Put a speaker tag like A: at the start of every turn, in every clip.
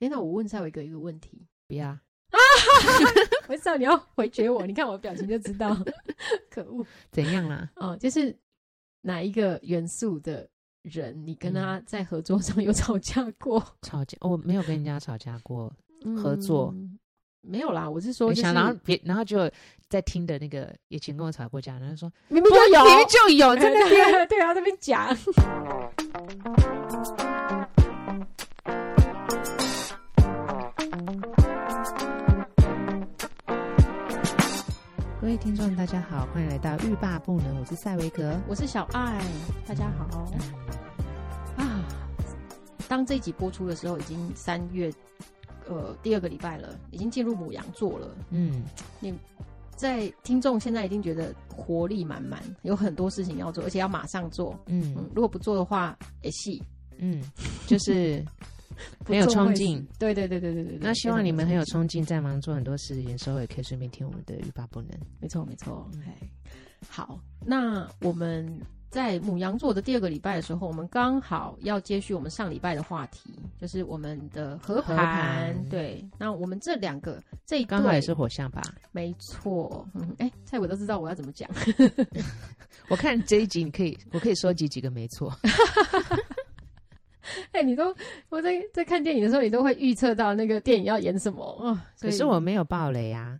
A: 哎，那我问赛伟哥一个问题，
B: 不要，
A: 我知道你要回绝我，你看我表情就知道， 可恶
B: 怎样啊啦？
A: 哦，就是哪一个元素的人，你跟
B: 嗯
A: 他在合作上有吵架过？
B: 吵架？哦我没有跟人家吵架 过， 合作
A: 嗯没有啦，我是说、
B: 没
A: 就是，
B: 想到然后别，然后就在听的那个也曾跟我吵过架，然后说
A: 明明
B: 不
A: 就有，
B: 明明就有在那边。
A: 边对啊，这边讲。
B: 各位听众，大家好，欢迎来到欲罢不能，我是赛维格。
A: 我是小爱，大家好啊！当这一集播出的时候，已经三月呃第二个礼拜了，已经进入母羊座了。
B: 嗯，
A: 在听众现在一定觉得活力满满，有很多事情要做，而且要马上做。嗯
B: 嗯，
A: 如果不做的话，哎，戏
B: 嗯， 就是很有冲。劲。
A: 不做会对对对对对对对。
B: 那希望你们很有
A: 劲。
B: 冲劲，在忙做很多事情的时候，也可以顺便听我们的欲罢不能。
A: 没错没错
B: 嗯。
A: 哎，好，那我们。在母羊座的第二个礼拜的时候，我们刚好要接续我们上礼拜的话题，就是我们的合
B: 合
A: 盘。
B: 盘
A: 对，那我们这两个这一
B: 刚好
A: 对
B: 也是火象吧？
A: 没错。嗯，哎、蔡伟都知道我要怎么讲。
B: 我看这一集，你可以，我可以收集几个没 错。
A: 哎、你都我在在看电影的时候，你都会预测到那个电影要演什么哦。所
B: 可
A: 以
B: 是我没有爆雷啊。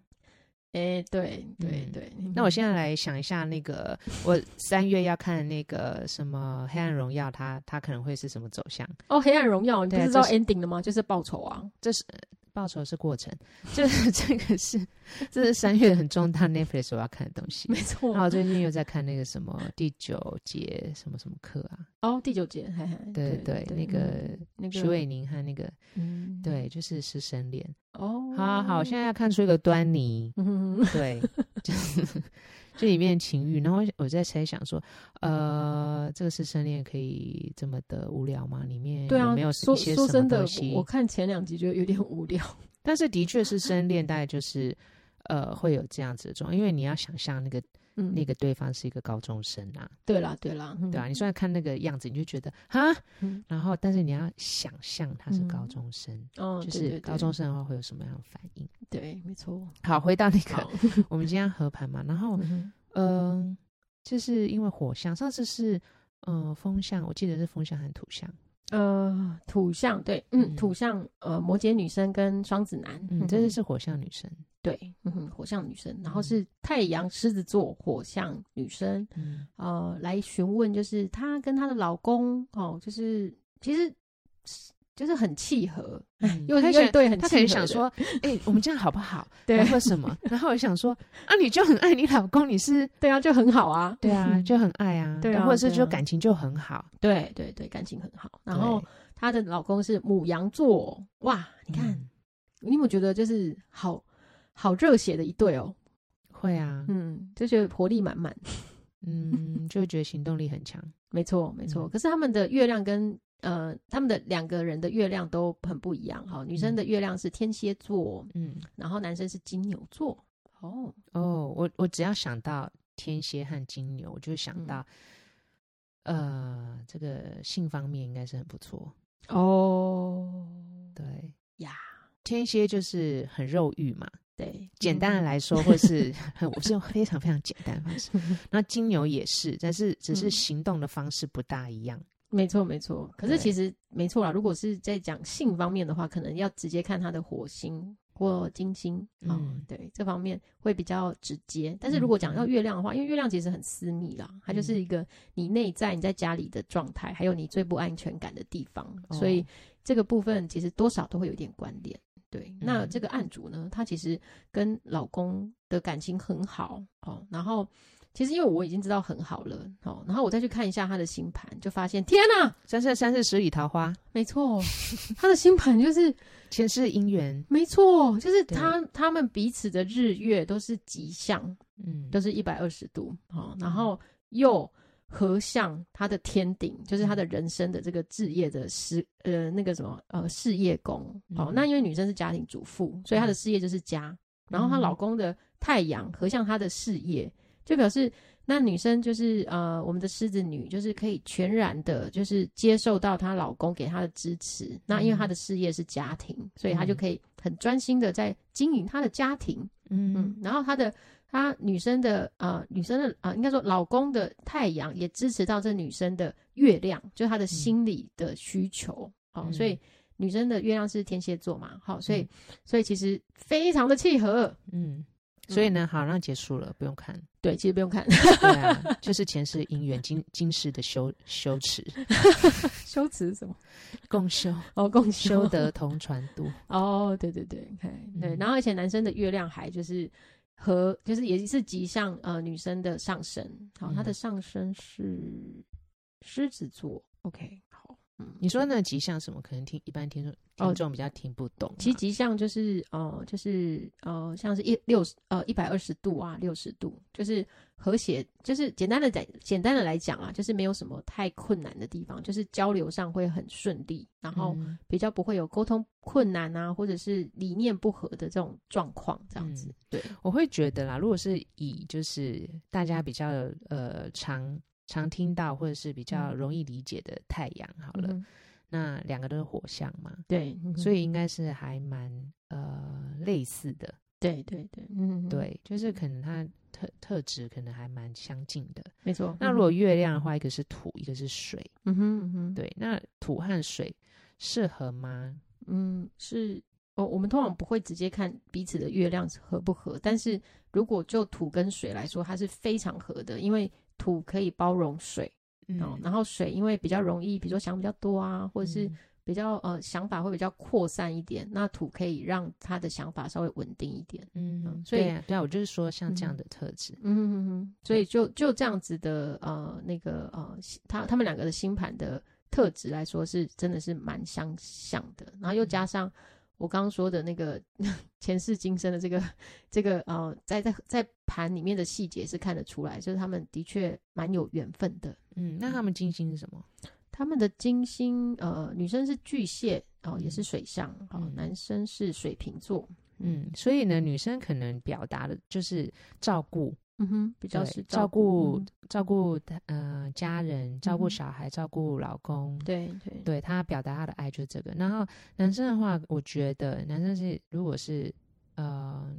A: 哎、对对
B: 嗯
A: 对，
B: 那我现在来想一下，那个我三月要看那个什么《黑暗荣耀》它，它可能会是什么走向？
A: 哦，《黑暗荣耀》你不
B: 对啊
A: 知道
B: 这是
A: ending 了吗？就是报仇啊！
B: 这是呃报仇是过程，这这个 是这是三月很重大 Netflix 我要看的东西
A: 没。错
B: 然。后最
A: 嗯
B: 近又在看那个什么第九节什么什么课啊？
A: 哦，第九节，嘿嘿
B: 对对
A: 对嗯
B: 对，那个
A: 那
B: 徐
A: 个，
B: 伟宁和那个
A: 嗯，
B: 对，就是师生恋。
A: 哦，。
B: 好好，哎现在要看出一个端倪
A: 嗯，
B: 对，就是这里面的情欲。然后我在猜想说，呃，这个师生恋可以这么的无聊吗？里面
A: 对
B: 有
A: 啊
B: 没有，
A: 说
B: 一些
A: 说
B: 什
A: 真
B: 么
A: 的
B: 东，西
A: 我？看前两集觉得有点无聊。
B: 但是的确是生恋，大概就是。呃，会有这样子的状况，因为你要想象那个
A: 嗯，
B: 那个对方是一个高中生啊，
A: 对啦对啦，嗯
B: 对啊，你虽然看那个样子，你就觉得哈，
A: 嗯
B: 然后但是你要想象他是高
A: 嗯
B: 中生，
A: 哦，对
B: 就是
A: 对
B: 高
A: 对
B: 中生的话会有什么样的反应？
A: 对，没错。
B: 好，回到那
A: 好
B: 个 我们今天合盘嘛，然后
A: 嗯哼
B: 嗯、呃就是因为火象，上次是嗯、呃风象，我记得是风象和土象，
A: 呃，土象对，嗯，
B: 嗯
A: 土象呃，摩羯女生跟双子男，
B: 嗯，
A: 哼
B: 这次是火象女生，
A: 对，嗯哼，火象女生，然后是太阳狮子座火象女生，
B: 嗯
A: 呃，来询问，就是她跟她的老公哦，就是其实就是很契合，哎
B: 嗯
A: 又
B: 他
A: 又一
B: 想。
A: 对很
B: 他
A: 契合
B: 可能
A: 的，
B: 想说，哎、我们这样好不好？
A: 对
B: 然后什么？然后我想说，啊，你就很爱你老公，你是
A: 对啊，就很好啊，
B: 对啊，就很爱啊，
A: 对啊
B: 或者是
A: 对
B: 就
A: 啊
B: 感情就很好，
A: 对对对，感情很好。然后
B: 对
A: 她的老公是母羊座，哇，你看，
B: 嗯
A: 你有没有觉得就是好好热血的一对哦？
B: 会啊，
A: 嗯，就觉得活力满满。
B: 嗯，就会觉得行动力很 强，
A: 没错，没错。
B: 嗯
A: 可是他们的月亮跟呃，他们的两个人的月亮都很不一样哈。女生的月亮是天蝎座，
B: 嗯，
A: 然后男生是金牛座。哦，
B: 哦，我我只要想到天蝎和金牛，我就会想
A: 嗯
B: 到，呃，这个性方面应该是很不错。
A: 哦，
B: 对
A: 呀，
B: 天蝎就是很肉欲嘛，
A: 对，嗯
B: 简单的来说，或是很 我是用非常非常简单的 方式。那金牛也是，但是只是
A: 嗯
B: 行动的方式不大一样。
A: 没错，没错。可是
B: 对
A: 其实没错啦，如果是在讲性方面的话，可能要直接看他的火星或金星。哦、
B: 嗯
A: 对，这方面会比较直接。但是如果讲到月亮的话，因为月亮其实很私密啦，它
B: 嗯
A: 就是一个你内在你在家里的状态，还有你最不安全感的地方，
B: 哦
A: 所以这个部分其实多少都会有点关联。对，那这个案主呢，她其实跟老公的感情很好哦，然后其实因为我已经知道很好了哦，然后我再去看一下她的星盘，就发现天呐，
B: 三生三世十里桃花，
A: 没错，她的星盘就是
B: 前世姻缘，
A: 没错，就是
B: 对
A: 她他们彼此的日月都是吉相，
B: 嗯，
A: 都是一百二十度哦，然后又合向他的天顶，就是他的
B: 嗯
A: 人生的这个置业的事，呃，那个什么呃事业宫哦。
B: 嗯
A: 那因为女生是家庭主妇，所以她的事业就是家，然后她
B: 嗯
A: 老公的太阳合向她的事业，就表示那女生就是呃，我们的狮子女就是可以全然的，就是接受到她老公给她的支持。那因为她
B: 嗯
A: 的事业是家庭，所以她就可以很专心的在经营她的家庭。嗯
B: 嗯，，
A: 然后她的她女生的呃，女生的啊、呃应该说老公的太阳也支持到这女生的月亮，就是她的心理的需求。好、
B: 嗯
A: 所以女生的月亮是天蝎座嘛，好、所以、所以其实非常的契合。
B: 嗯，所以呢，好，那结束了，不用 看。
A: 对，其实不用看，
B: 对啊，就是前世姻缘，今今世的羞羞耻，
A: 修辞是什么？
B: 共修，
A: 哦，共
B: 修
A: 的。
B: 得同船 渡。
A: 哦，对对对，嘿对，
B: 嗯
A: 然后而且男生的月亮还就是和就是也是吉向呃女生的上升，好，她的
B: 嗯
A: 上升是狮子座，OK，好，嗯，
B: 你说那吉祥什么？可能听一般听众
A: 哦
B: 听众比较听不懂啊。
A: 其实吉向就是呃就是呃像是一六十呃一百二十度啊六十度，就是和谐，就是简单的讲简单的来讲啊，就是没有什么太困难的地方，就是交流上会很顺利，然后
B: 嗯
A: 比较不会有沟通困难啊，或者是理念不合的这种状况，这样子。
B: 嗯
A: 对，
B: 我会觉得啦，如果是以就是大家比较呃常常听到或者是比较
A: 嗯
B: 容易理解的太阳好了，
A: 嗯哼
B: 那两个都是火象嘛，
A: 对，
B: 所
A: 以
B: 以应该是还蛮呃类似的，
A: 对对对，嗯，，
B: 对，就是可能它特特质可能还蛮相近的。
A: 没错。
B: 那如果月亮的话，一个是土，一个是水，
A: 嗯哼嗯哼，，
B: 对，那土和水适合吗？
A: 嗯是。哦，我们通常不会直接看彼此的月亮合不合，但是如果就土跟水来说，它是非常合的，因为土可以包容水，
B: 嗯
A: 哦，然后水因为比较容易，比如说想比较多啊，或者是
B: 嗯
A: 比较呃想法会比较扩散一点，那土可以让他的想法稍微稳定一点。
B: 嗯
A: 嗯，所以
B: 对啊对啊，我就是说像这样
A: 嗯
B: 的特质，
A: 嗯哼，所以就就这样子的呃那个呃，星他他们两个的星盘的特质来说是真的是蛮相像的，然后又
B: 嗯
A: 加上我刚刚说的那个 前世今生的这个这个呃，在在在盘里面的细节是看得出来，就是他们的确蛮有缘分的。
B: 嗯，那他们金星是什么？
A: 他们的金星呃，女生是巨蟹哦、也是水象，哦、
B: 嗯
A: 男生是水瓶座，
B: 嗯，所以呢，女生可能表达的就是照顾，
A: 嗯哼，比
B: 比
A: 较是
B: 照顾
A: 嗯
B: 照顾呃家人，照顾
A: 嗯哼
B: 小孩，照顾老公。
A: 对对
B: 对他表达他的爱就是这个。然后男生的话，我觉得男生是如果是呃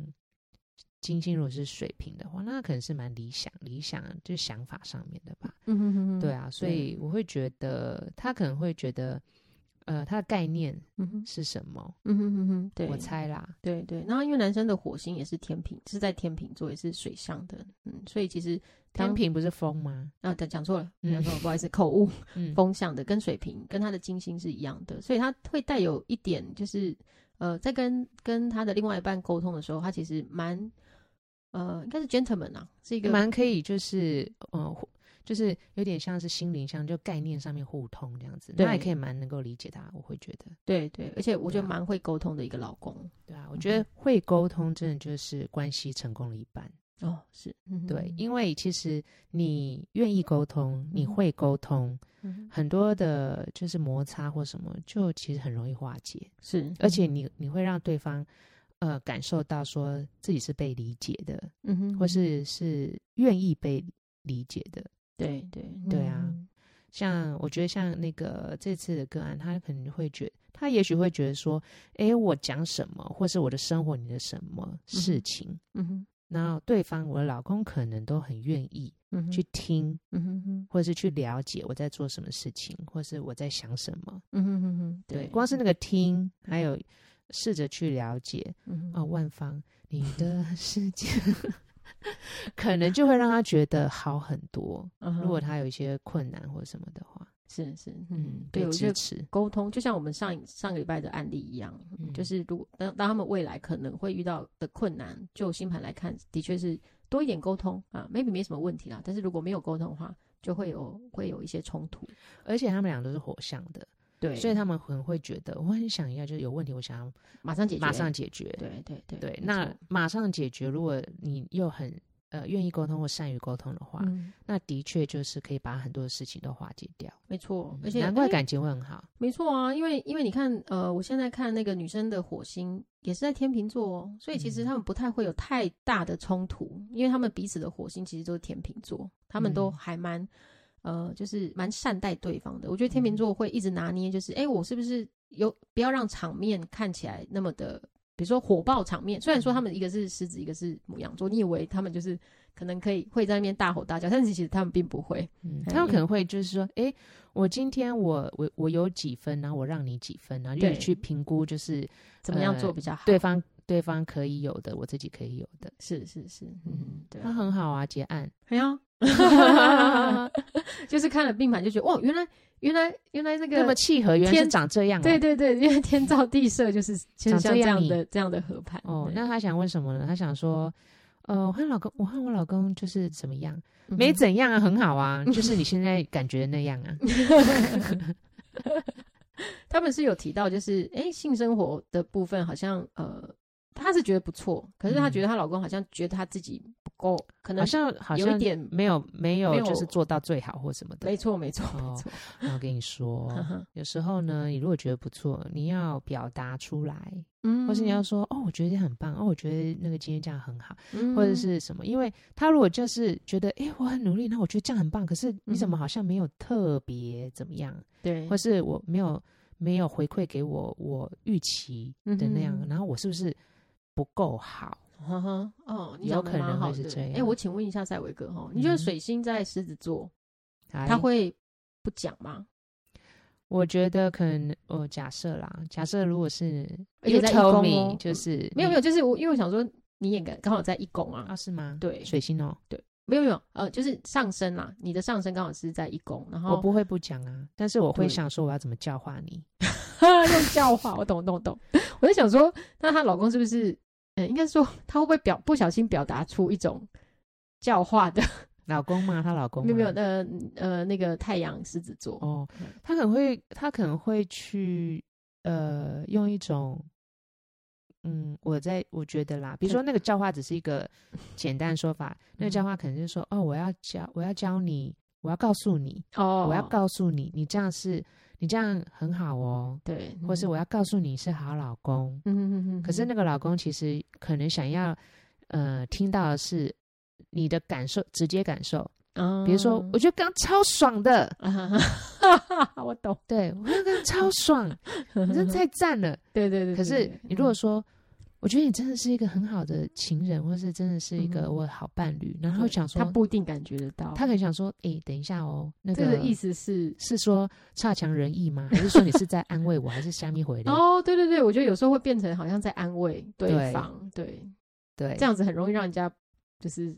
B: 金星如果是水瓶的话，那可能是蛮理想理想就是想法上面的吧。
A: 嗯哼哼哼，
B: 对啊，所以我会觉得他可能会觉得呃他的概念
A: 嗯哼
B: 是什么？
A: 嗯哼哼哼，对，
B: 我猜啦，
A: 对对，然后因为男生的火星也是天平，是在天平座，也是水象的，嗯，所以其实
B: 天
A: 当
B: 平不是风吗？
A: 啊讲讲错了，
B: 嗯
A: 讲错了，不好意思，口误，
B: 嗯，
A: 风象的跟水瓶跟他的金星是一样的，所以他会带有一点就是呃，在跟跟他的另外一半沟通的时候，他其实蛮呃，应该是 gentleman 啊，是一个嗯
B: 蛮可以，就是呃，互就是有点像是心灵上就概念上面互通这样子，
A: 对
B: 那也可以蛮能够理解他，我会觉得，
A: 对对，而且我觉得
B: 对啊
A: 蛮会沟通的一个老公
B: 对啊，我
A: 嗯
B: 觉得会沟通真的就是关系成功了一半，
A: 哦，是，嗯哼
B: 对，因为其实你愿意沟通，你
A: 嗯
B: 会沟通，
A: 嗯哼
B: 很多的就是摩擦或什么，就其实很容易化解，
A: 是，
B: 而且你你会让对方。呃，感受到说自己是被理解的，
A: 嗯哼，
B: 或是是愿意被理解的，
A: 对对
B: 对啊
A: 嗯
B: 像我觉得像那个这次的个案，他可能会觉他也许会觉得说，诶，我讲什么，或是我的生活里的什么事情，
A: 嗯哼
B: 然后对方我的老公可能都很愿意
A: 嗯哼
B: 去听，
A: 嗯哼哼。
B: 或是去了解我在做什么事情，或是我在想什么。
A: 嗯哼哼哼，
B: 对，
A: 对，
B: 光是那个听，还有试着去了解
A: 嗯
B: 啊、
A: 哼
B: 万芳，你 的世界。可能就会让他觉得好很多。
A: 嗯哼
B: 如果他有一些困难或什么的话，
A: 是是，
B: 嗯
A: 嗯，，
B: 被
A: 对，我觉
B: 支
A: 得
B: 持，
A: 沟通就像我们上一上个礼拜的案例一样，
B: 嗯
A: 就是如果当当他们未来可能会遇到的困难，就星盘来看，的确是多一点沟通啊，maybe 没什么问题啦。但是如果没有沟通的话，就会有会有一些冲突，
B: 而且他们俩都是火象的，
A: 对，
B: 所以他们可能会觉得我很想要，就是有问题，我想要
A: 马上解决，
B: 马上解决。
A: 对对对
B: 对
A: 没，
B: 那
A: 错
B: 马上解决，如果你又很呃愿意沟通或善于沟通的话，
A: 嗯，
B: 那的确就是可以把很多事情都化解掉，
A: 没错
B: 嗯，
A: 而且
B: 难怪
A: 哎
B: 感情会很好。
A: 没错啊，因为因为你看，呃，我现在看那个女生的火星也是在天秤座哦，所以其实
B: 嗯
A: 他们不太会有太大的冲突，因为他们彼此的火星其实都是天秤座，他们都
B: 嗯
A: 还蛮、呃，就是蛮善待对方的。我觉得天
B: 嗯
A: 秤座会一直拿捏，就是哎、诶我是不是有不要让场面看起来那么的。比如说火爆场面，虽然说他们一个是狮子，一个是母羊座，你以为他们就是可能可以会在那边大吼大叫，但是其实他们并不会。
B: 嗯，
A: 哎
B: 他们可能会就是说，哎、我今天我我我有几分，然后我让你几分，然后就
A: 对
B: 去评估，就是
A: 怎么样
B: 呃
A: 做比较好？
B: 对方对方可以有的，我自己可以有的，
A: 是是是，嗯，对
B: 那
A: 啊，
B: 很好啊，结案。
A: 哎呀， 就是看了命盘就觉得，哇，原来原来原来那
B: 那么
A: 个，
B: 契合，原来是
A: 天
B: 长这样、哦。
A: 对对对，因为天造地设就是就是像
B: 这
A: 这
B: 样
A: 样
B: 你
A: 的这样的合盘。
B: 哦，
A: 对
B: 那他想问什么呢？他想说，呃，我和老公，我和我老公就是怎么样？
A: 嗯
B: 没怎样啊，很好啊，就是你现在感觉的那样啊。
A: 他们是有提到，就是哎，性生活的部分好像呃，她是觉得不错，可是她
B: 嗯
A: 觉得她老公好像觉得她自己不够，可
B: 好
A: 能
B: 像好
A: 有
B: 像
A: 一点，
B: 没有没有
A: 没有
B: 就是做到最好或什么的
A: 没。嗯错没错
B: 哦
A: 没错，
B: 那我跟你说，
A: 呵呵
B: 有时候呢，你如果觉得不错，你要表达出来，
A: 嗯
B: 或是你要，说哦，我觉得很棒，哦，我觉得那个今天这样很好，
A: 嗯
B: 或者是什么？因为他如果就是觉得，诶，我很努力，那我觉得这样很棒，可是你怎么
A: 嗯
B: 好像没有特别怎么样，
A: 对，
B: 或是我没有没有回馈给我我预期的那样，
A: 嗯哼
B: 然后我是不是不够好？
A: 呵呵，哦，你
B: 有
A: 讲得
B: 可
A: 蛮
B: 能会
A: 好
B: 是
A: 的
B: 这
A: 哎，
B: 样
A: 我请问一下赛维哥哈，你觉
B: 嗯
A: 得水星在狮子座，
B: 他
A: 他，会不讲
B: 嗯
A: 吗？
B: 哎我觉得可能，呃，假设啦，假设如果是
A: 而
B: you
A: 且在一
B: tell
A: 宫
B: me，
A: 哦
B: 就是
A: 没有
B: 你
A: 没有，就是我因为我想说你也刚刚好在一宫啊，
B: 啊，是吗？
A: 对
B: 水星哦，
A: 没有没有，呃，就是上升啦，你的上升刚好是在一宫，然
B: 我
A: 后
B: 不会不讲啊，但是我会
A: 哦对
B: 想说我要怎么教化你。
A: 用教化，我懂懂懂， 我在想说，那她老公是不是，嗯、应该说她会不会表不小心表达出一种教化的？
B: 老公嘛，她老公
A: 没有没有，
B: 嘛
A: 呃呃，那个太阳狮子座，
B: 哦，他可能会，他可能会去，呃，用一种，嗯，我在我觉得啦，比如说那个教化只是一个简单的说法，那个教化可能就是说，哦，我要教，我要教你，我要告诉你，
A: 哦
B: 我要告诉你，你这样是，你这样很好哦，
A: 对，
B: 或是我要告诉你是好老公，
A: 嗯嗯嗯嗯，
B: 可是
A: 嗯
B: 那个老公其实可能想要，呃，听到的是你的感受，直接感受，
A: 嗯
B: 比如说，我觉得刚刚超爽的。
A: 啊哈哈哈， 我懂，
B: 对，我刚刚 超爽，你真的太赞了。
A: 对嗯对对对，
B: 可是
A: 对
B: 你如果
A: 嗯
B: 说，我觉得你真的是一个很好的情人，或是真的是一个
A: 嗯
B: 我的好伴侣，然后
A: 对
B: 想说
A: 他，不一定感觉得到，
B: 他可能想说，诶，等一下哦，那
A: 这个意
B: 个
A: 思是
B: 是说差强人意吗？还是说你是在安慰我，还是虾米回的？
A: 哦，对对对，我觉得有时候会变成好像在安慰
B: 对
A: 对方，对，
B: 对，
A: 这样子很容易让人家就是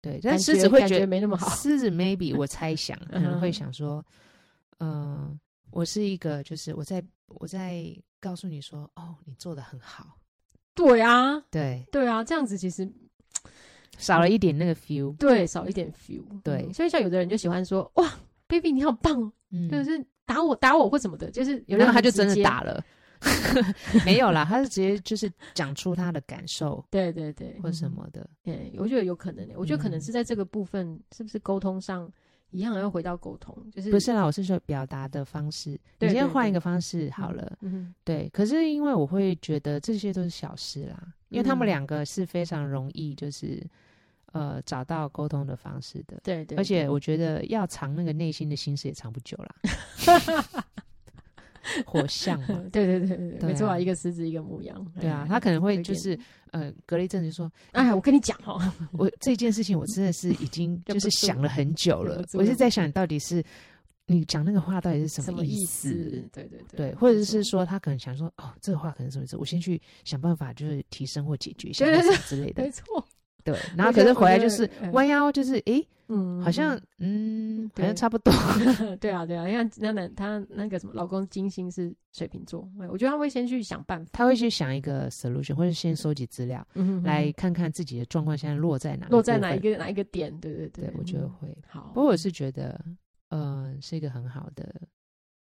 B: 对，
A: 感
B: 但
A: 觉
B: 狮子会
A: 感
B: 觉
A: 觉
B: 得
A: 没那么好。
B: 狮子 maybe 我猜想可能会
A: 嗯
B: 想说，嗯，我是一个，就是我在我在告诉你说，哦，你做的很好，
A: 对啊，
B: 对，
A: 对啊，这样子其实
B: 少了一点那个 feel，
A: 嗯对少一点 feel。
B: 对
A: 嗯所以像有的人就喜欢说哇，baby 你好棒哦，
B: 嗯，
A: 就是打我打我或什么的，就是有的
B: 然
A: 人
B: 后他就
A: 直
B: 真的
A: 接
B: 打。了， 没有啦，他是直接就是讲出他的感受
A: 对对对，
B: 或什
A: 嗯？
B: 么的，
A: 哎，我觉得有可能欸，我觉得可能
B: 嗯
A: 是在这个部分，是不是沟通上一样要回到沟通，就是
B: 不是啦，我是说表达的方式，你
A: 对
B: 先
A: 对
B: 换一
A: 对
B: 个方式好了，
A: 嗯哼
B: 对。可是因为我会觉得这些都是小事啦，因为他们
A: 嗯
B: 两个是非常容易就是呃找到沟通的方式的，
A: 对对，
B: 而且我觉得要藏那个内心的心事也藏不久啦， 火象嘛
A: 嗯，对对对对，对，没错
B: 对啊
A: 啊，一个狮子，一个母羊。
B: 对啊
A: 哎，
B: 他可能会
A: 有
B: 就
A: 点
B: 是呃隔了一阵子就说，
A: 哎，我跟你讲哦，
B: 我这件事情，我真的是已经
A: 忍
B: 就
A: 不
B: 是
A: 住
B: 想了很久
A: 忍
B: 了
A: 不，住
B: 我是
A: 忍
B: 在想，到底是你讲那个话到底是
A: 什
B: 么
A: 么意
B: 思？
A: 对对对，
B: 对，或者
A: 没
B: 是
A: 错
B: 说他可能想说，哦，这个话可能什么意思？我先去想办法，就是提升或解决一下
A: 对
B: 或
A: 对
B: 什么之类的
A: 没。错，
B: 对，然后
A: 我
B: 可
A: 觉
B: 是
A: 得
B: 回来
A: 我
B: 就
A: 觉
B: 是
A: 得嗯
B: 弯腰，就是诶，
A: 嗯
B: 好像嗯，好像
A: 对
B: 差不多。
A: 嗯对啊对啊，像那男他那个什么老公金星是水瓶座，哎我觉得他会先去想办法，
B: 他会去想一个 solution，或者先收集资料，
A: 嗯哼
B: 来看看自己的状况现在落在哪，
A: 落在哪一？个哪一个点，对对
B: 对，我觉得
A: 嗯
B: 会。
A: 好
B: 不，过我是觉得，呃，是一个很好的、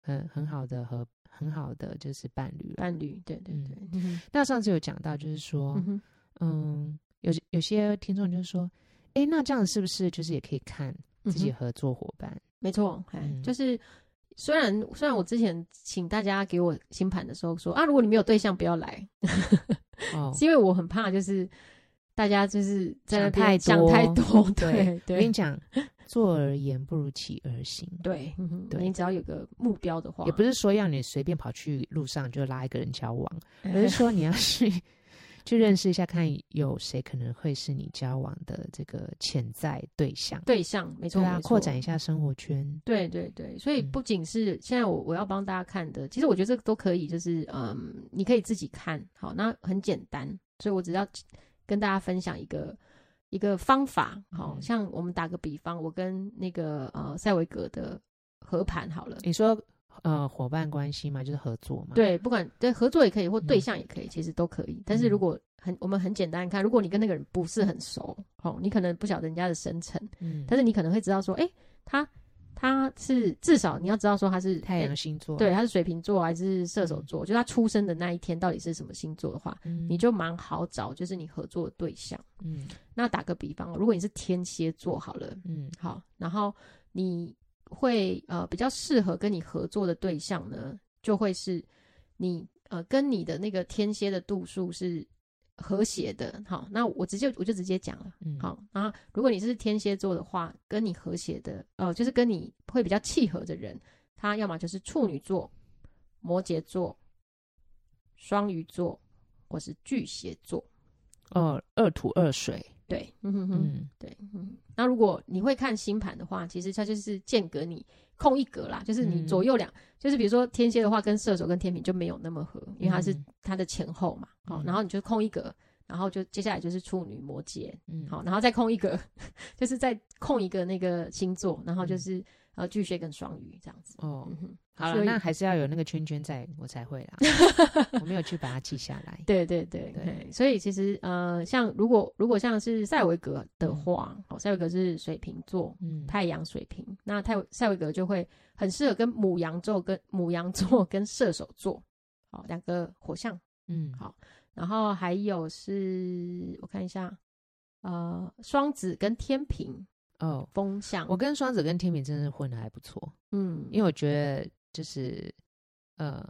B: 很很好的和很好的就是伴侣了。
A: 伴侣，对对
B: 嗯
A: 对，嗯哼
B: 那上次有讲到，就是说
A: 嗯，哼
B: 嗯，有有些听众就说，哎，那这样是不是就是也可以看自己
A: 嗯
B: 合作伙伴？
A: 没错，哎、
B: 嗯
A: 就是虽然虽然我之前请大家给我星盘的时候说啊，如果你没有对象不要来，
B: 哦，
A: 是因为我很怕就是大家就是在那边
B: 想太
A: 想
B: 多
A: 太多，对
B: 对我跟
A: 对
B: 你 讲，坐而言不如起而行。
A: 对，嗯哼
B: 对
A: 你只要有个目标的话，
B: 也不是说要你随便跑去路上就拉一个人 交往，
A: 哎
B: 而是说你要去去认识一下，看有谁可能会是你交往的这个潜在对象，
A: 对象，没错，
B: 对啊
A: 没，错
B: 扩展一下生活圈，
A: 对对对，所以
B: 嗯
A: 不仅是现在我我要帮大家看的，其实我觉得这个都可以，就是嗯，你可以自己看好，那很简单，所以我只要跟大家分享一个一个方法，好、
B: 嗯
A: 像我们打个比方，我跟那个呃塞维格的合盘好了，
B: 你说呃伙伴关系嘛，就是合作嘛，，
A: 对，不管对合作也可以，或对
B: 嗯
A: 象也可以，其实都可以。但是如
B: 嗯
A: 果很我们很简单看，如果你跟那个人不是很熟，哦，你可能不晓得人家的生辰，
B: 嗯，
A: 但是你可能会知道说，哎、他他是至少你要知道说他是
B: 太阳星座，
A: 对，他是水瓶座还是射手座，就他出生的那一天到底是什么星座的话，
B: 嗯，
A: 你就蛮好找，就是你合作的对象。
B: 嗯
A: 那打个比方哦，如果你是天蝎座好了，
B: 嗯
A: 好，然后你会呃比较适合跟你合作的对象呢，就会是你呃跟你的那个天蝎的度数是和谐的。好，那我直接我就直接讲了。
B: 嗯，
A: 好，然后如果你是天蝎座的话，跟你和谐的，呃，就是跟你会比较契合的人，他要么就是处女座、摩羯座、双鱼座，或是巨蟹座。呃
B: 哦，二土二水，
A: 对，嗯哼哼，
B: 嗯
A: 对，嗯。那如果你会看星盘的话，其实它就是间隔你空一格啦，就是你
B: 嗯
A: 左右两，就是比如说天蝎的话，跟射手跟天平就没有那么合，因为它是
B: 嗯
A: 它的前后嘛，好、
B: 嗯
A: 然后你就空一格，然后就接下来就是处女、摩羯，
B: 嗯，
A: 好，然后再空一个， 就是再空一个那个星座，然后就
B: 嗯
A: 是、呃巨蟹跟双鱼这样子。
B: 哦
A: 嗯。哼，
B: 好
A: 所
B: 了，
A: 以
B: 那还是要有那个圈圈在，我才会 啦。我没有去把它记下来。
A: 对对对
B: 对
A: 嘿所以其实呃，像如果如果像是塞维格的话，好，塞维格是水瓶座，
B: 嗯，
A: 太阳水瓶，那泰塞维格就会很适合跟母羊座跟母羊座跟射手座，好两个火象，
B: 嗯，
A: 好然后还有是我看一下，呃，双子跟天平
B: 哦，
A: 风象，
B: 我跟双子跟天平真的混的还不错，
A: 嗯，
B: 因为我觉得就是呃，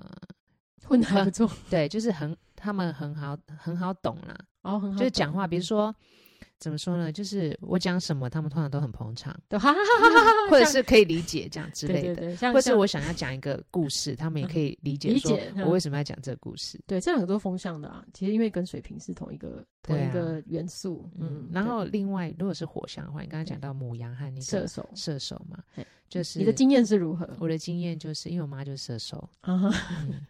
A: 混得还不错，
B: 对，就是很他们很好很好懂啦，
A: 然哦后很好
B: 就是
A: 懂，
B: 讲话，比如说怎么说呢，就是我讲什么，他们通常都很捧场，
A: 对，哈哈哈哈哈哈，
B: 嗯或者
A: 像
B: 是可以理解这样之
A: 对
B: 类
A: 对
B: 的，
A: 对，像
B: 或是
A: 像嗯
B: 我想要讲一个故事，他们也可以理解
A: 理
B: 说
A: 解嗯
B: 我为什么要讲这个故事。
A: 对这两个都风象的啊，其实因为跟水瓶是同一个同
B: 对
A: 一
B: 啊
A: 个元素，
B: 嗯
A: 嗯，，
B: 然
A: 对
B: 后另外如果是火象的话，你刚才讲
A: 对
B: 到母羊和那
A: 射
B: 个
A: 手，
B: 射手嘛
A: 嘿，
B: 就是
A: 你的经验是如何？
B: 我的经验就是，因为我妈就是 射手，
A: 啊哈，
B: 嗯，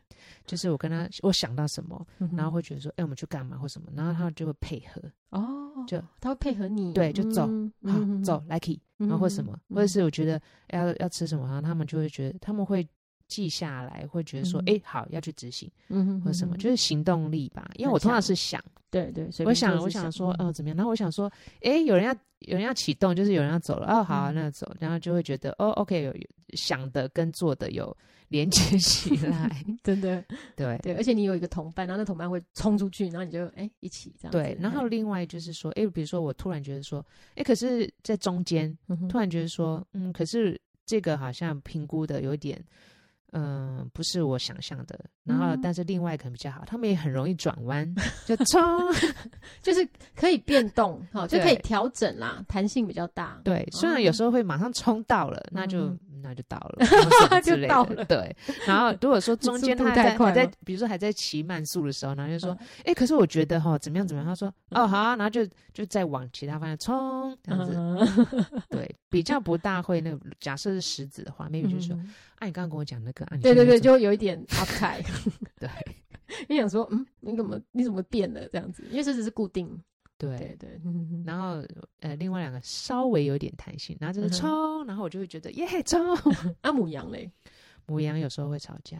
B: 就是我跟她我想到什么，
A: 嗯哼
B: 然后会觉得说，哎、我们去干嘛或什么，然后她就会配合，
A: 哦，
B: 就
A: 他会配合你，
B: 对就走
A: 嗯
B: 好、走，，lucky，然后或什么，或者是我觉得哎要要吃什么，然后他们就会觉得他们会记下来，会觉得说，
A: 嗯
B: 哎、好要去执行
A: 嗯
B: 或什么，就是是行动力吧。因为我
A: 很
B: 通常
A: 强
B: 是想，
A: 对对，随
B: 我
A: 便做
B: 想
A: 是
B: 我想说，
A: 嗯
B: 呃，怎么样？然后我想说，哎、有人要有人要启动，就是有人要走了，哦，好、
A: 嗯
B: 啊，那走，然后就会觉得，哦，OK，有有想的跟做的有 连接起来，
A: 真的
B: 嗯对。
A: 对，而且你有一个同伴，然后那同伴会冲出去，然后你就哎一起这样子，嗯
B: 对，然后另外就是说，诶，比如说我突然觉得说，诶，可是在中间突
A: 突
B: 然觉得说，嗯，可是这个好像评估的有一点，嗯、不是我想象的。然后，
A: 嗯
B: 但是另外可能比较好，他们也很容易转弯，就 冲。
A: 就是可以变动，哈，就可以
B: 对
A: 调整啦，弹性比较大，
B: 对，虽然有
A: 哦
B: 时候会马上冲到了，那就
A: 嗯
B: 那就到 了或什么
A: 就
B: 之类
A: 到
B: 的。
A: 了
B: 对，然后如果说中
A: 速
B: 间
A: 度
B: 他还
A: 太
B: 在
A: 快
B: 还在
A: 了，
B: 比如说还在骑慢速的时候，然后就说
A: 嗯，
B: 诶，可是我觉得哈，怎么样怎么样？他说，哦，好啊，然后就就再往其他方向冲，这样子。
A: 嗯，
B: 对，比较不大会那个。假设是石子的话，maybe 就是说，
A: 嗯
B: 啊，你刚刚跟我讲那个，啊，你
A: 对
B: 现在
A: 对对，
B: 怎
A: 就有一点 up 开，
B: 对
A: 你想说，嗯，你怎么你怎么变了这样子？因为这只是固定，
B: 对
A: 对对，嗯
B: 然后呃，另外两个稍微有点弹性，然后就是
A: 嗯哼
B: 冲，然后我就会觉得耶冲。
A: 阿母羊嘞，
B: 母羊有时候会吵架，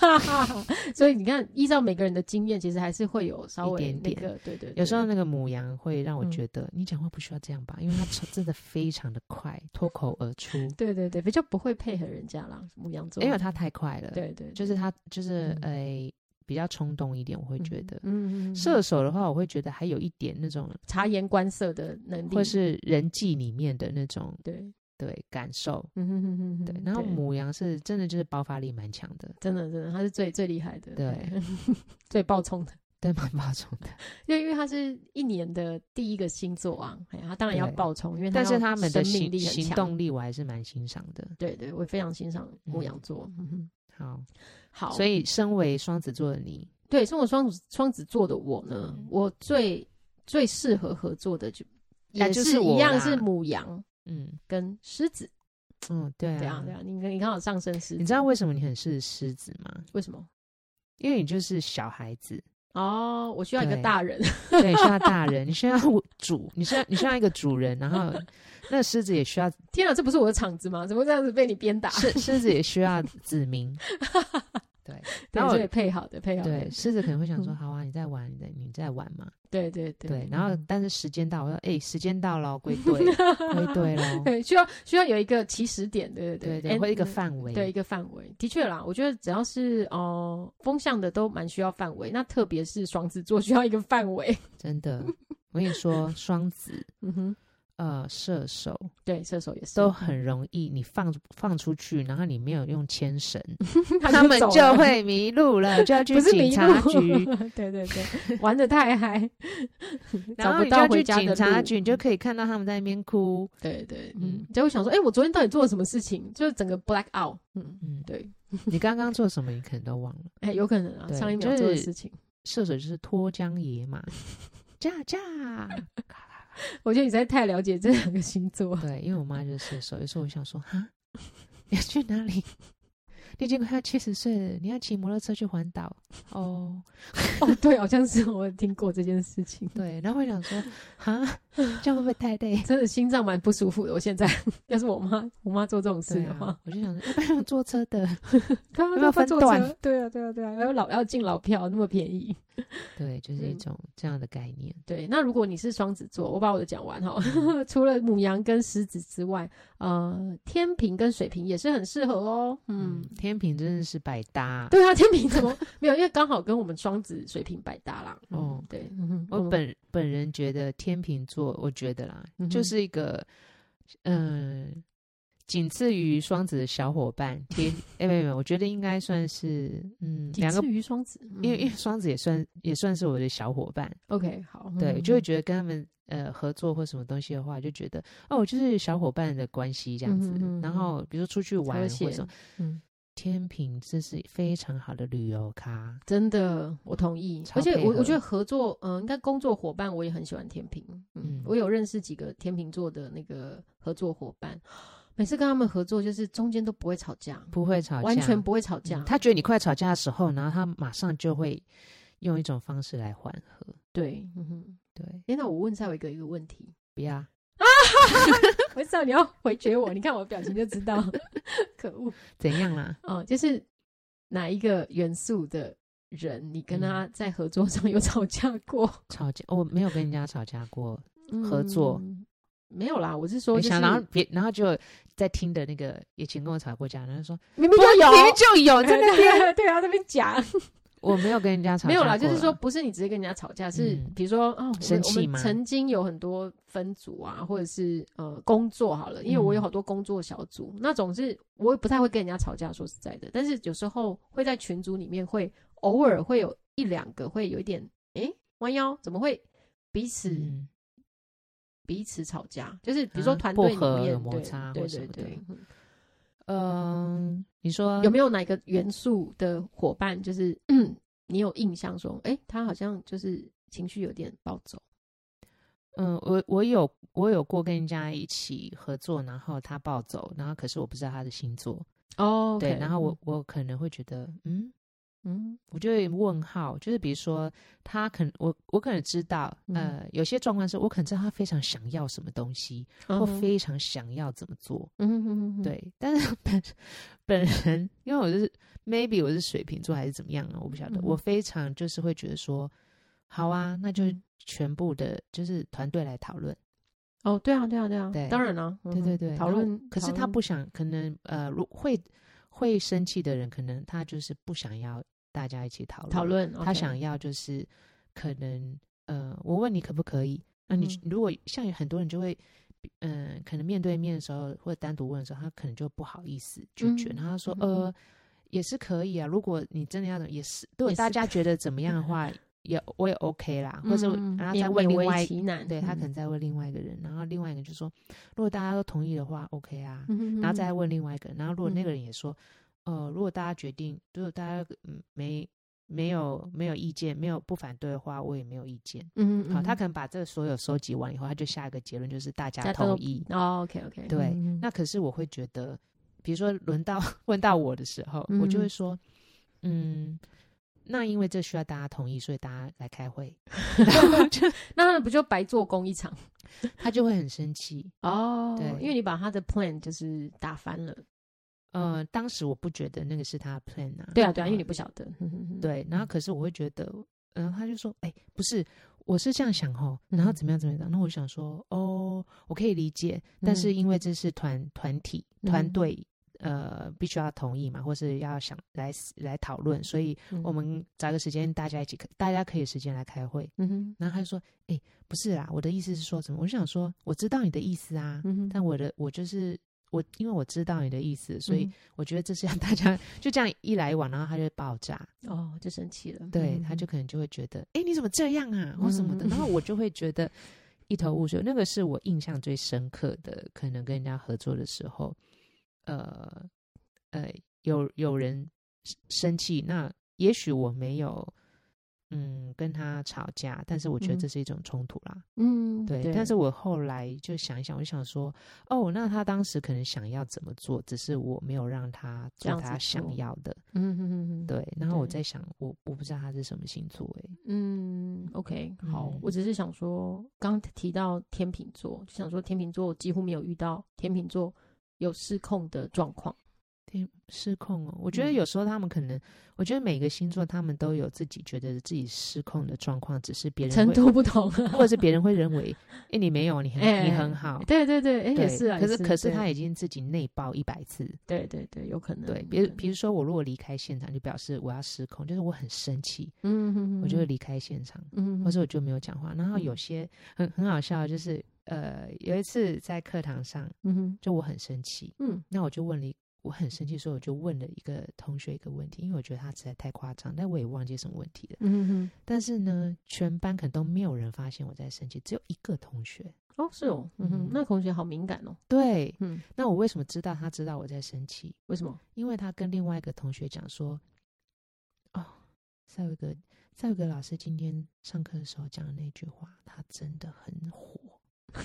A: 哈哈哈，所以你看，依照每个人的经验，其实还是会有稍微
B: 一点
A: 那
B: 点
A: 个，对对对，
B: 有时候那个母羊会让我
A: 嗯
B: 觉得、你讲话不需要这样吧，因为它吵真的非常的快，脱口而 出，
A: 对对对，比较不会配合人家啦，母羊座，
B: 因为它太快了。
A: 对对，对
B: 就是它就是
A: 嗯
B: 呃，比较冲动一点，我会
A: 嗯
B: 觉得。
A: 嗯，嗯嗯
B: 射手的话，我会觉得还有一点那种，
A: 察言观色的能力，
B: 或是人际里面的那种
A: 对，
B: 对感受，
A: 嗯哼哼哼哼
B: 对。然后母羊是真的就是爆发力蛮强的，
A: 真的真的，他是最最厉害的，
B: 对，
A: 最爆冲的，
B: 对，蛮 爆冲的。
A: 因为因为他是一年的第一个星座啊，哎呀，他当然要
B: 对
A: 爆冲，因为
B: 但
A: 要
B: 是他们的
A: 生命
B: 行
A: 力很
B: 行
A: 强，
B: 动力我还是蛮欣赏的。
A: 对对，我非常欣赏母羊座，嗯哼，
B: 好，
A: 好，
B: 所以
A: 嗯
B: 身为双子座的你，
A: 对，身为双子双子座的我呢，
B: 嗯
A: 我最最适合合作的就
B: 啊
A: 也
B: 就是是
A: 一
B: 我
A: 样
B: 啦
A: 是母羊
B: 嗯
A: 跟狮子，
B: 嗯，对
A: 对
B: 啊
A: 啊对，啊，你你刚好上升狮子，
B: 你知道为什么你很是狮子吗？
A: 为什么？
B: 因为你就是小孩 子，
A: 哦，我需要一个
B: 对
A: 大人，
B: 对，需要大人，你需要主，你需要你需要一个主人，然后那狮子也需要
A: 天啊，这不是我的场子吗？怎么这样子被你鞭打？
B: 狮狮子也需要子民，对，
A: 对
B: 然，后
A: 所以配好的配好的
B: 对，狮子可能会想说，
A: 嗯
B: 好啊，你在玩，你在你在玩嘛，
A: 对对对
B: 对，然后
A: 嗯
B: 但是时间到，我说，哎，时间到了，归 队，归队喽，
A: 对需要需要有一个起始点，对
B: 对
A: 对
B: 对，
A: 对，
B: 或一个
A: 嗯
B: 范围，
A: 对一个范围，的确啦，我觉得只要是哦、呃风向的都蛮需要范围，那特别是双子座需要一个范 围。
B: 真的，我跟你说，双子、
A: 嗯哼，
B: 呃射手
A: 对，射手也是，
B: 都 很容易，你放放出去，然后你没有用牵绳，
A: 就
B: 他们
A: 走
B: 就
A: 了
B: 会迷路 了，就要去
A: 不是
B: 警
A: 迷
B: 察
A: 路，
B: 局，
A: 对对对，玩的太嗨，
B: 然
A: 找
B: 后
A: 不
B: 你就
A: 到
B: 要
A: 回
B: 去
A: 家的
B: 警
A: 路
B: 察局，你就可以看到他们在那边哭，
A: 对对，
B: 嗯
A: 嗯，就会想说，哎、我昨天到底做了什么事情？就是整个 black out，嗯，
B: 嗯，
A: 对，
B: 你刚刚做什么，你可能都忘了。
A: 哎、有可能啊，
B: 对
A: 上一秒
B: 就是
A: 做的事情，
B: 射手就是脱缰野马，驾 驾。
A: 我觉得你实在太了解这两个星座，
B: 对，因为我妈就是射手，有时候我想说，哈，你要去哪里？ 你已经快要七十岁了，你要骑摩托车去环岛哦。
A: 哦，对，好像是我有听过这件事情，
B: 对，然后会想说， 哈，这样会不会太累？
A: 真的心脏蛮不舒服的。我现在 要是我妈，我妈做这种事
B: 对
A: 的话
B: 啊，，我就想说，要不然我坐车 的。
A: 干嘛
B: 啊要不要
A: 坐
B: 分
A: 坐
B: 段
A: 车？对啊，对啊，对啊，要老要进老票，那么便宜。
B: 对，就是一
A: 嗯
B: 种这样的概念。
A: 对，那如果你是双子座，我把我的讲完哈。
B: 嗯
A: 除了母羊跟狮子之外，呃，天平跟水瓶也是很适合哦。嗯
B: 嗯，，天平真的是百搭。
A: 对啊，天平怎么 没有？因为刚好跟我们双子、水瓶百搭啦。
B: 哦
A: 哦，对，嗯哼
B: 我
A: 们
B: 本本人觉得天秤座，我觉得啦，
A: 嗯哼
B: 就是一个，嗯、仅次于双子的小伙伴。天，哎、没有没有，我觉得应该算是，嗯，
A: 仅
B: 两个
A: 次，于双子，
B: 因为因为
A: 嗯
B: 双子也算也算是我的小伙伴，
A: OK 好，
B: 对，
A: 嗯
B: 就会觉得跟他们呃合作或什么东西的话，就觉得哦，我就是小伙伴的关系这样子。
A: 嗯哼嗯哼
B: 然后比如说出去玩
A: 和
B: 或
A: 谐
B: 什么，
A: 嗯，
B: 天秤这是非常好的旅游咖，
A: 真的我同意，
B: 超
A: 而且
B: 配
A: 我
B: 合
A: 我觉得合作，嗯、应该工作伙伴我也很喜欢天平，嗯，
B: 嗯
A: 我有认识几个天秤座的那个合作伙伴，每次跟他们合作就是中间都不会吵架，
B: 不会吵架，
A: 完全不会吵架，
B: 嗯他觉得你快吵架的时候，然后他马上就会用一种方式来缓和。
A: 对，嗯哼，
B: 对，
A: 诶那我问赛伟哥一个问 题，
B: 不要，
A: 我知道你要回绝我，你看我的表情就知道，可恶，
B: 怎样啦？
A: 哦、就是哪一个元素的人，你跟他在合作上有吵架过？
B: 吵架？哦我没有跟人家吵架过，合作
A: 嗯没有啦，我是 说、
B: 我
A: 就是，
B: 想，然后别，然后就在听的那个也曾跟我吵过架，然后说
A: 明明就有，
B: 明明就 有在那边，
A: 对哦啊，那边讲
B: 我没有跟人家吵架，
A: 没有啦，就是说。不是你直接跟人家吵架，是
B: 嗯
A: 比如说啊，我
B: 生
A: 们我
B: 气
A: 们
B: 吗
A: 曾经有很多分组啊，或者是呃工作好了，因为我有
B: 嗯
A: 好多工作小组，那总是我也不太会跟人家吵架，说实在的，但是有时候会在群组里面会偶尔会有一两个会有一点诶弯腰，怎么会彼此、
B: 嗯，
A: 彼此吵架？就是比如说
B: 啊
A: 团队
B: 不合
A: 里面
B: 有摩
A: 对
B: 擦
A: 对
B: 或什
A: 对
B: 么的
A: 对，嗯
B: 嗯，你说
A: 有没有哪个元素的伙伴，就是嗯，你有印象说，哎、他好像就是情绪有点暴走，
B: 嗯，我我有我有过跟人家一起合作，然后他暴走，然后可是我不知道他的星座，
A: 哦
B: 对，然后我我可能会觉得，嗯，
A: 嗯
B: 我就有问号，就是比如说他可能我我可能知道，
A: 嗯
B: 呃，有些状况是我可能知道他非常想要什么东西，嗯或非常想要怎么做，
A: 嗯哼哼，
B: 对，但是本本人因为我是 maybe 我是水瓶座还是怎么样啊，我不晓得，
A: 嗯
B: 我非常就是会觉得说，好啊，那就
A: 嗯
B: 全部的就是团队来讨论，
A: 哦对啊对啊对啊，
B: 对
A: 当然啦、嗯
B: 对对对，
A: 讨
B: 然后
A: 论，
B: 可是
A: 讨
B: 他
A: 论嗯
B: 不想，可能呃，如会会生气的人，可能他就是不想要大家一起讨论。
A: 讨论
B: 他
A: OK
B: 想要就是可能呃，我问你可不可以？那你、
A: 嗯
B: 如果像有很多人就会，嗯、可能面对面的时候或者单独问的时候，他可能就不好意思拒绝，
A: 嗯
B: 然后他说、
A: 嗯
B: 呃也是可以啊。如果你真的要也是，如果
A: 也是
B: 大家
A: 可
B: 觉得怎么样的话，也我也 OK 啦，或者我
A: 嗯
B: 然后
A: 勉
B: 再问
A: 勉
B: 另
A: 为
B: 外
A: 其难，
B: 对他
A: 嗯
B: 可能再问另外一个人，然后另外一个人就说，如果大家都同意的话，OK 啊，
A: 嗯哼
B: 然后
A: 哼
B: 再问另外一个人，然后如果那
A: 嗯
B: 个人也说，呃，如果大家决定，如果大家嗯没没有没有意见，没有不反对的话，我也没有意见。
A: 嗯
B: 好，他
A: 可
B: 可能把这所有收集完以后，他就下一个结论就是大家
A: 大家都
B: 同意。
A: 哦，OK OK，
B: 对， 那可是我会觉得，比如说轮到 问到我的时候，我就会
A: 嗯
B: 说，嗯，那因为这需要大家同意，所以大家来开会，
A: 那不就白做工一场
B: 他就会很生气。
A: 哦？
B: 对
A: 因为你把他的 plan 就是打翻了。
B: 呃，当时我不觉得那个是他的 plan 啊。
A: 对啊，对啊，因为你
B: 好
A: 不晓得。
B: 对，然后可是我会觉得，嗯、他就说，哎、不是，我是这样想哦，然后
A: 嗯
B: 怎么样怎么样，那我想说，哦，我可以理解，但是
A: 嗯
B: 因为这是团团体
A: 嗯
B: 团
A: 哼
B: 队，呃，必须要同意嘛，或是要想来来讨论，所以
A: 嗯
B: 我们找个时间大家一起，大家可以时间来开会。
A: 嗯哼，
B: 然后他就说，哎、不是啦，我的意思是说什么？我就想说，我知道你的意思啊，
A: 嗯哼，
B: 但我的我就是我，因为我知道你的意思，所以
A: 嗯
B: 我觉得这是要大家 就这样一来一往，然后他就爆炸。
A: 哦，就生气了。
B: 对，
A: 嗯
B: 他就可能就会觉得，哎、你怎么这样啊，或什么的，
A: 嗯
B: 然后我就会觉得一头雾水。那个是我印象最深刻的，可能跟人家合作的时候，呃呃，有有人生生气，那也许我没有。嗯，跟他吵架，但是我觉得
A: 嗯
B: 这是一种冲突啦。
A: 嗯，
B: 对，但是我后来就想一想，我就想说，哦，那他当时可能想要怎么做，只是我没有让他
A: 这
B: 做
A: 样子
B: 他想
A: 做
B: 要的。
A: 嗯哼哼哼，
B: 对，然后我
A: 对
B: 在想，我我不知道他是什么星座、欸，
A: 嗯，OK，好，
B: 嗯
A: 我只是想说，刚提到天秤座，就想说天秤座我几乎没有遇到天秤座有失控的状况。
B: 天失控哦。我觉得
A: 嗯
B: 有时候他们可能，我觉得每个星座他们都有自己觉得自己失控的状况，只是别人
A: 程
B: 会，
A: 度不同，
B: 或者是别人会认为，哎、你没有，你很、
A: 哎
B: 你很好。
A: 对对对，哎、
B: 对
A: 也是啊，
B: 可
A: 也
B: 是可是
A: 对
B: 他已经自己内爆一百次，
A: 对对嗯对，有可能
B: 对，比如比如说我如果离开现场，就表示我要失控，就是我很生气，
A: 嗯哼哼，
B: 我就会离开现场，
A: 嗯，
B: 或者我就没有讲话。然后
A: 嗯
B: 有些很很好笑，就是呃有一次在课堂上，
A: 嗯哼
B: 就我很生气，
A: 嗯
B: 那我就问了一，我很生气，所以我就问了一个同学一个问题，因为我觉得他实在太夸张，但我也忘记什么问题了。
A: 嗯哼
B: 但是
A: 嗯
B: 呢，全班可能都没有人发现我在生气，只有一个同学。
A: 哼，哦是哦，嗯
B: 嗯
A: 哼，那同学好敏感哦，
B: 对，
A: 嗯，
B: 那我为什么知道他知道我在生气？
A: 为什么？
B: 因为他跟另外一个同学讲说，哦，赛维格，赛维格老师今天上课的时候讲的那句话，他真的很火。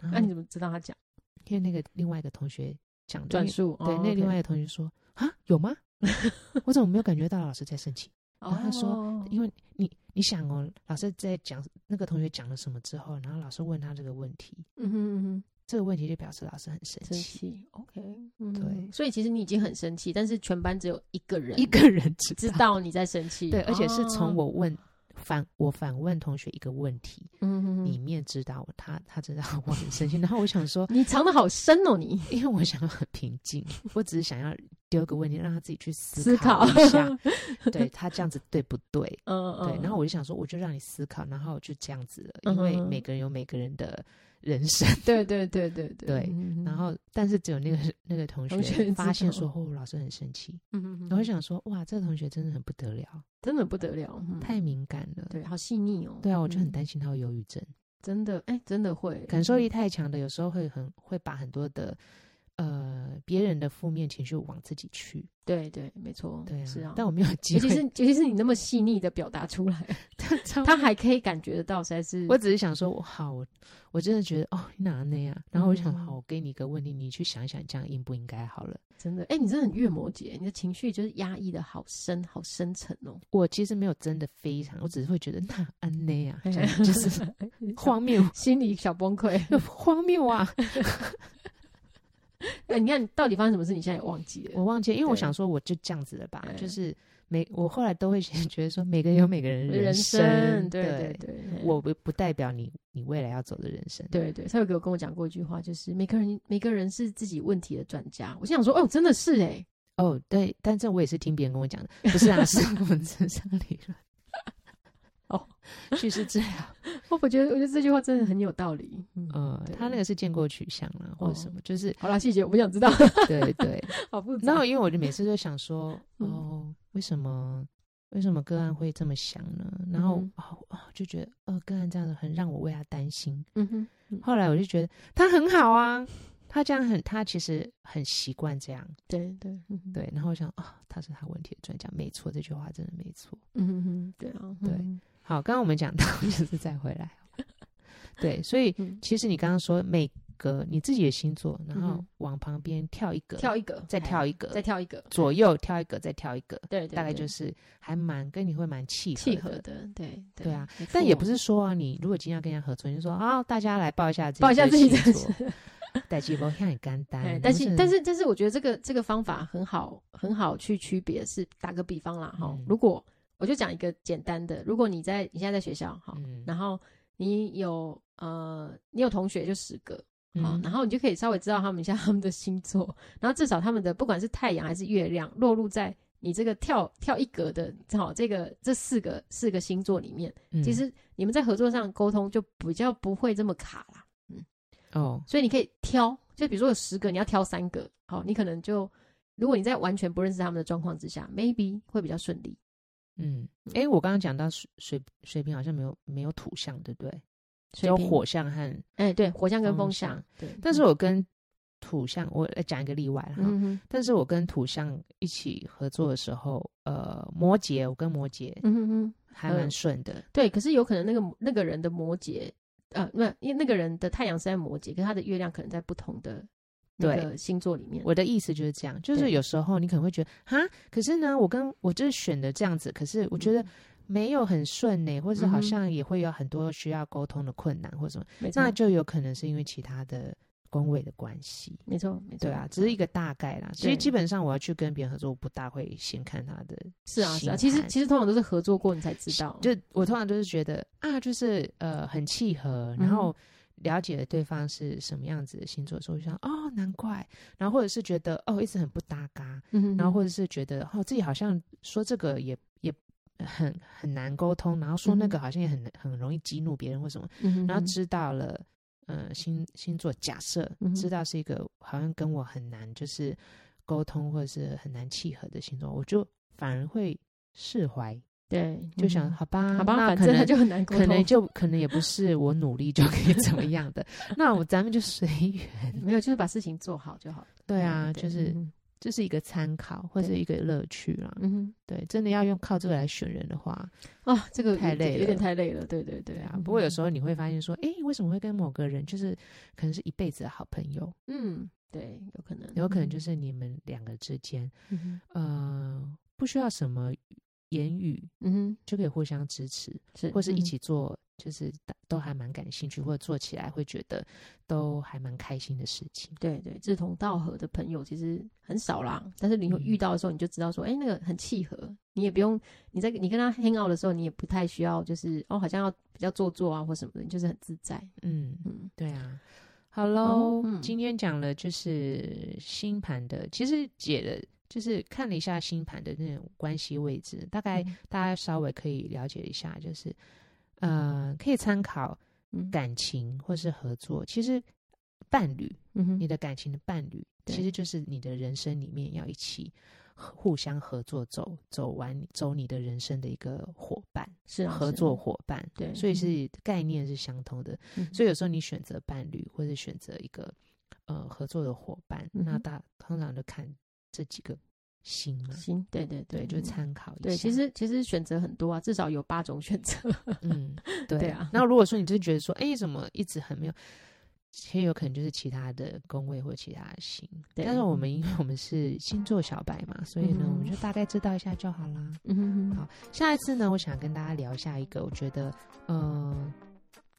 B: 然
A: 那、
B: 后
A: 你怎么知道他讲
B: 因为那个另外一个同学讲
A: 转述？
B: 对，
A: 哦
B: 那另外一个同学说：“啊，有吗？我怎么没有感觉到老师在生气？
A: ，OK，
B: 然后他说
A: 哦
B: 因为你你想哦，老师在讲那个同学讲了什么之后，然后老师问他这个问题，
A: 嗯哼嗯哼，
B: 这个问题就表示老师很生
A: 生
B: 气。
A: 气，OK，嗯，
B: 对
A: 所以其实你已经很生气，但是全班只有一个人
B: 一个人知
A: 知
B: 道，
A: 道你在生气，
B: 对，而且是从
A: 哦，
B: 我问。”反我反问同学一个问题，
A: 嗯哼
B: 里
A: 哼，
B: 面知道我他他知道我很生气，然后我想说，
A: 你藏的好深哦，你
B: 因为我想要很平静，我只是想要丢个问题让他自己去思
A: 思
B: 考
A: 考
B: 一下，对他这样子对不对？
A: 嗯嗯，
B: 对，然后我就想说，我就让你思考，然后就这样子了，因为
A: 嗯哼
B: 每个人有每个人的人生。
A: 对对对对对
B: 对
A: 嗯
B: 然后，但是只有那个那个同
A: 同学
B: 学
A: 知
B: 发现
A: 道
B: 说，哦，老师很生气。
A: 嗯哼哼
B: 我会想说，哇，这个同学真的很不得了，
A: 真的不得了，嗯
B: 太敏感了。
A: 对，好细腻哦。
B: 对啊，我就很
A: 嗯
B: 担心他有忧郁症，
A: 真的，哎、真的会
B: 感受力太强的，有时候会很会把很多的呃别人的负面情绪往自己去。
A: 对对，没错，
B: 对啊，
A: 是啊。
B: 但我没有机
A: 尤其是
B: 会。
A: 尤其是你那么细腻的表达出 来，
B: 他
A: 他还可以感觉得到，实在是
B: 我只是想说，我好，我我真的觉得哦，你哪那样？然后我想，
A: 嗯
B: 好，我给你一个问题，你去想一想，这样应不应该好了。
A: 真的，哎、你真的很月摩羯，你的情绪就是压抑的好深，好深沉哦，
B: 我其实没有真的非常，我只是会觉得那安内啊，这
A: 嗯
B: 样就是 荒谬，
A: 心里小崩溃。
B: 荒谬啊！
A: 哎你看，到底发生什么事？你现在也忘记了
B: 我，忘记，因为我
A: 对
B: 想说，我就这样子了吧，
A: 嗯
B: 就是每我后来都会 先觉得说，每个人有每个人的人
A: 生，对
B: 对
A: 对，
B: 我不不代表你你未来要走的人生，
A: 对对，他有给我跟我讲过一句话，就是每个人每个人是自己问题的专家。我就想说，哦，真的是哎、
B: 哦，对，但这我也是听别人跟我讲的，不是啊，是 我们智商理论。
A: 哦，
B: 叙事治疗，
A: 我我觉得我觉得这句话真的很有道理。嗯，
B: 呃，
A: 对哦
B: 他那个是建构取向啦，或者什么， 就是
A: 好啦，细节我不想知 道，
B: 对对。
A: 好复杂。
B: 然后因为我就每次都想说，
A: 嗯
B: 哦，为什么为什么个案会这么想呢？然后
A: 嗯
B: 啊、哦就觉得，呃，个案这样子很让我为他担心。
A: 嗯哼，嗯
B: 后来我就觉得他很好啊，他这样很，他其实很习惯这样。
A: 对对，嗯哼，
B: 对，然后我想啊、他是他问题的专家，没错，这句话真的没错。
A: 嗯哼哼，对啊，
B: 对
A: 嗯
B: 好，刚刚我们讲到 就是再回来，哦对，所以
A: 嗯
B: 其实你刚刚说每个你自己的星座，然
A: 嗯
B: 后
A: 哼
B: 往旁边跳一个，
A: 跳一个，
B: 再跳
A: 一
B: 一个，
A: 再跳一个，
B: 左右跳一个，再跳一个，
A: 对，对对，
B: 大概就是是还蛮跟你会蛮契合
A: 契
B: 的
A: 合的，对
B: 对啊，
A: 没
B: 但也
A: 错
B: 不是说啊，你如果今天要跟人家合作，你就说啊、大家来报一下自己
A: 报一下自己的
B: 星座， 代际不很简
A: 哎
B: 单，
A: 但是但是但是，我觉得这个这个方法很好，很好去区别。是打个比方啦，哈、
B: 嗯
A: 如果我就讲一个简单的，如果你在你现在在学校哈，
B: 嗯
A: 然后你有呃你有同学就十个，好、
B: 嗯
A: 然后你就可以稍微知道他们一下他们的星座， 然后至少他们的不管是太阳还是月亮落入在你这个跳跳一格的，好这个这四个四个星座里面，
B: 嗯
A: 其实你们在合作上沟通就比较不会这么卡啦。
B: 哦，
A: 所以你可以挑，就比如说有十个，你要挑三个，好，你可能就如果你在完全不认识他们的状况之下，maybe 会比较顺利。
B: 嗯，哎，我刚刚讲到水水水瓶好像没有没有土象，对不对？只
A: 水
B: 有
A: 瓶
B: 火，象和，
A: 哎、对，火象跟
B: 风
A: 风
B: 象
A: 象，对。
B: 但是我跟土象，我来讲一个例外啦哈。
A: 嗯哼，
B: 但是我跟土象一起合作的时候，呃，摩羯，我跟摩羯
A: 嗯哼哼，
B: 还
A: 嗯
B: 蛮顺的，
A: 对。可是有可能那个那个人的摩羯，呃，不，因为那个人的太阳是在摩羯，可是他的月亮可能在不同的那
B: 对
A: 个星座里面。
B: 我的意思就是这样，就是
A: 对
B: 有时候你可能会觉得哈，可是呢，我跟我就是选的这样子，可是我觉得没有很顺呢、或者
A: 嗯
B: 好
A: 哼嗯
B: 像也会有很多需要沟通的困难或什么，
A: 没错
B: 那，就有可能是因为其他的工位的关系。
A: 没错，没错。
B: 对啊，只是一个大概啦。其实
A: 对
B: 基本上我要去跟别人合作，我不大会先看他的
A: 是啊，是啊。其
B: 星
A: 实
B: 盘
A: 其实通常都是合作过你才知道。
B: 就我通常就是觉得啊，就是呃很契合，
A: 嗯
B: 然
A: 哼
B: 后了解了对方是什么样子的星座的时候，就想哦难怪，然后或者是觉得哦一直很不搭嘎，
A: 嗯哼，
B: 然后或者是觉得哦自己好像说这个也也呃很很难沟通，然后说
A: 嗯
B: 那
A: 哼
B: 个好像也很很容易激怒别人或什么，
A: 嗯哼，
B: 然后知道了。呃，星星座假设
A: 嗯哼
B: 知道是一个好像跟我很难就是沟通或者是很难契合的星座，我就反而会释怀，
A: 对，
B: 就
A: 嗯
B: 想
A: 哼
B: 好吧，
A: 好吧，
B: 那
A: 反
B: 可
A: 正他
B: 能
A: 就很难沟
B: 可
A: 通。
B: 能就可能也不是我努力就可以怎么样的，那我咱们就随缘。
A: 没有，就是把事情做好就好。
B: 对啊，
A: 对
B: 就是
A: 嗯
B: 这是一个参考或是
A: 对
B: 一个乐趣啦。
A: 嗯
B: 对，真的要用靠这个来选人的话，
A: 哼啊，这个有
B: 太累
A: 点有点
B: 了
A: 太累了。对对对嗯
B: 对啊。不过有时候你会发现说，诶，为什么会跟某个人就是可能是一辈子的好朋友，
A: 嗯，对，有可能，
B: 有可能就是你们两个之间，
A: 嗯哼，
B: 呃，不需要什么言语
A: 嗯哼，
B: 就可以互相支持。
A: 是，
B: 或是
A: 嗯
B: 一
A: 哼，
B: 起做，就是大都还蛮感兴趣，或者做起来会觉得都还蛮开心的事情。
A: 对对，志同道合的朋友其实很少啦。但是你会
B: 嗯
A: 遇到的时候，你就知道说，哎，那个很契合，你也不用你在你跟他 hang out 的时候，你也不太需要就是哦，好像要比较做作啊或什么的，你就是很自在。
B: 嗯，
A: 嗯
B: 对啊。好喽，
A: 嗯
B: 今天讲了就是星盘的，其实解了就是看了一下星盘的那种关系位置，大概
A: 嗯
B: 大家稍微可以了解一下，就是呃，可以参考
A: 嗯，
B: 感情或是合作，其实伴侣
A: 嗯
B: 你
A: 哼，
B: 的感情的伴侣，
A: 对
B: 其实就是你的人生里面要一起合互相合作走走完走你的人生的一个伙伴，
A: 是啊，
B: 合
A: 是啊
B: 作，伙伴。
A: 对
B: 所以是概念是相同的。
A: 嗯
B: 所以有时候你选择伴侣或者选择一个呃合作的伙伴，
A: 嗯哼
B: 那大通常就看这几个星嘛，
A: 嗯行，对对
B: 对，就
A: 嗯
B: 参考一下。
A: 对，其实其实选择很多啊，至少有八种选择。
B: 嗯，对
A: 对啊
B: 那如果说你就是觉得说，哎，怎么一直很没有？其实有可能就是其他的宫位或其他的星，
A: 对
B: 但是我们因为我们是星座小白嘛，所以呢，
A: 嗯
B: 我们就大概知道一下就好啦。
A: 嗯哼哼，
B: 好下一次呢，我想跟大家聊一下一个，我觉得，呃，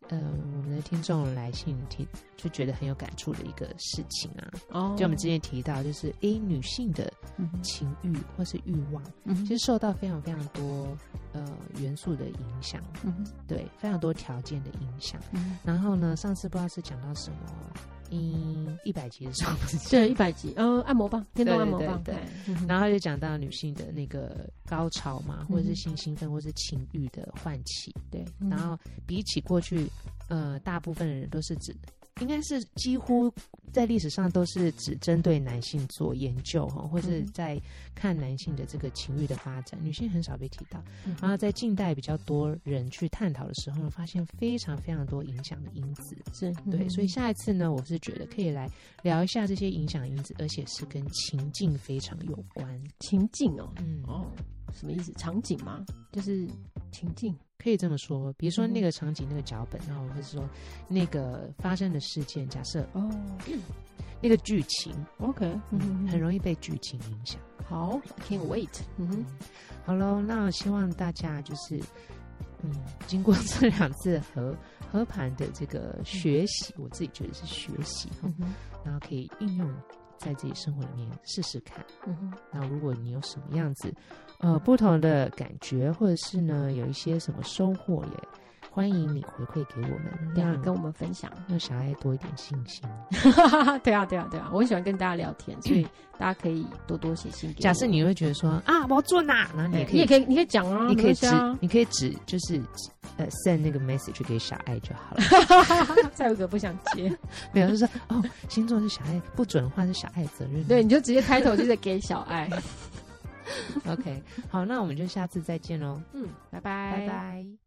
B: 呃，我们的听众来信提就觉得很有感触的一个事情啊，
A: 哦，
B: 就我们之前提到，就是哎，诶女性的
A: 嗯哼，
B: 情欲或是欲望，
A: 嗯哼
B: 其实受到非常非常多呃元素的影响，
A: 嗯哼
B: 对，非常多条件的影响。
A: 嗯
B: 然后呢，上次不知道是讲到什么嗯，一百集的时候不是这样
A: 这一百集，嗯，按摩棒，电动按摩棒，哎嗯
B: 对对
A: 对
B: 然后他就讲到女性的那个高潮嘛，或者是性兴奋，或是情欲的唤起，对。
A: 嗯
B: 然后比起过去，呃，大部分的人都是指，应该是几乎在历史上都是只针对男性做研究哈，或是
A: 嗯
B: 在看男性的这个情欲的发展，女性很少被提到。
A: 嗯
B: 然后在近代比较多人去探讨的时候呢，发现非常非常多影响的因子，
A: 是
B: 对，
A: 嗯
B: 所以下一次呢，我是觉得可以来聊一下这些影响因子，而且是跟情境非常有关。
A: 情境哦，
B: 嗯，
A: 哦，什么意思？场景吗？就是情境，
B: 可以这么说，比如说
A: 嗯哼
B: 那个场景、那个脚本，然后或者说那个发生的事件，假设
A: 哦
B: 那个剧情，
A: ，OK，嗯哼
B: 很容易被剧情影响。
A: 好，Can't wait，嗯哼，
B: 好喽，那希望大家就是，嗯，经过这两次合合盘的这个学习，我自己觉得是学习哈
A: 嗯，哼，
B: 然后可以应用在自己生活里面试试看。
A: 嗯哼，
B: 那如果你有什么样子，呃，不同的感觉，或者是呢有一些什么收获，也欢迎你回馈给我们，
A: 对啊
B: 让，
A: 跟我们分 享。
B: 让小爱多一点信心。
A: 对啊，对啊，对啊，我很喜欢跟大家聊 天，所以大家可以多多写信给我。
B: 假设你会觉得说啊，我要做哪，然后你
A: 哎，
B: 也
A: 你也可
B: 可以，
A: 以，你可以讲啊，
B: 你可
A: 没关
B: 以
A: 系
B: 只
A: 啊，
B: 你可以只就是呃 send 那个 message 给小爱就 好 了。
A: 再有一个不想接，
B: 没有，就是说哦，星座是小爱，不准的话是小爱责任。
A: 对，你就直接开头就是给小爱，
B: ，OK，好，那我们就下次再见喽，
A: 嗯，拜
B: 拜
A: 拜，。
B: 拜。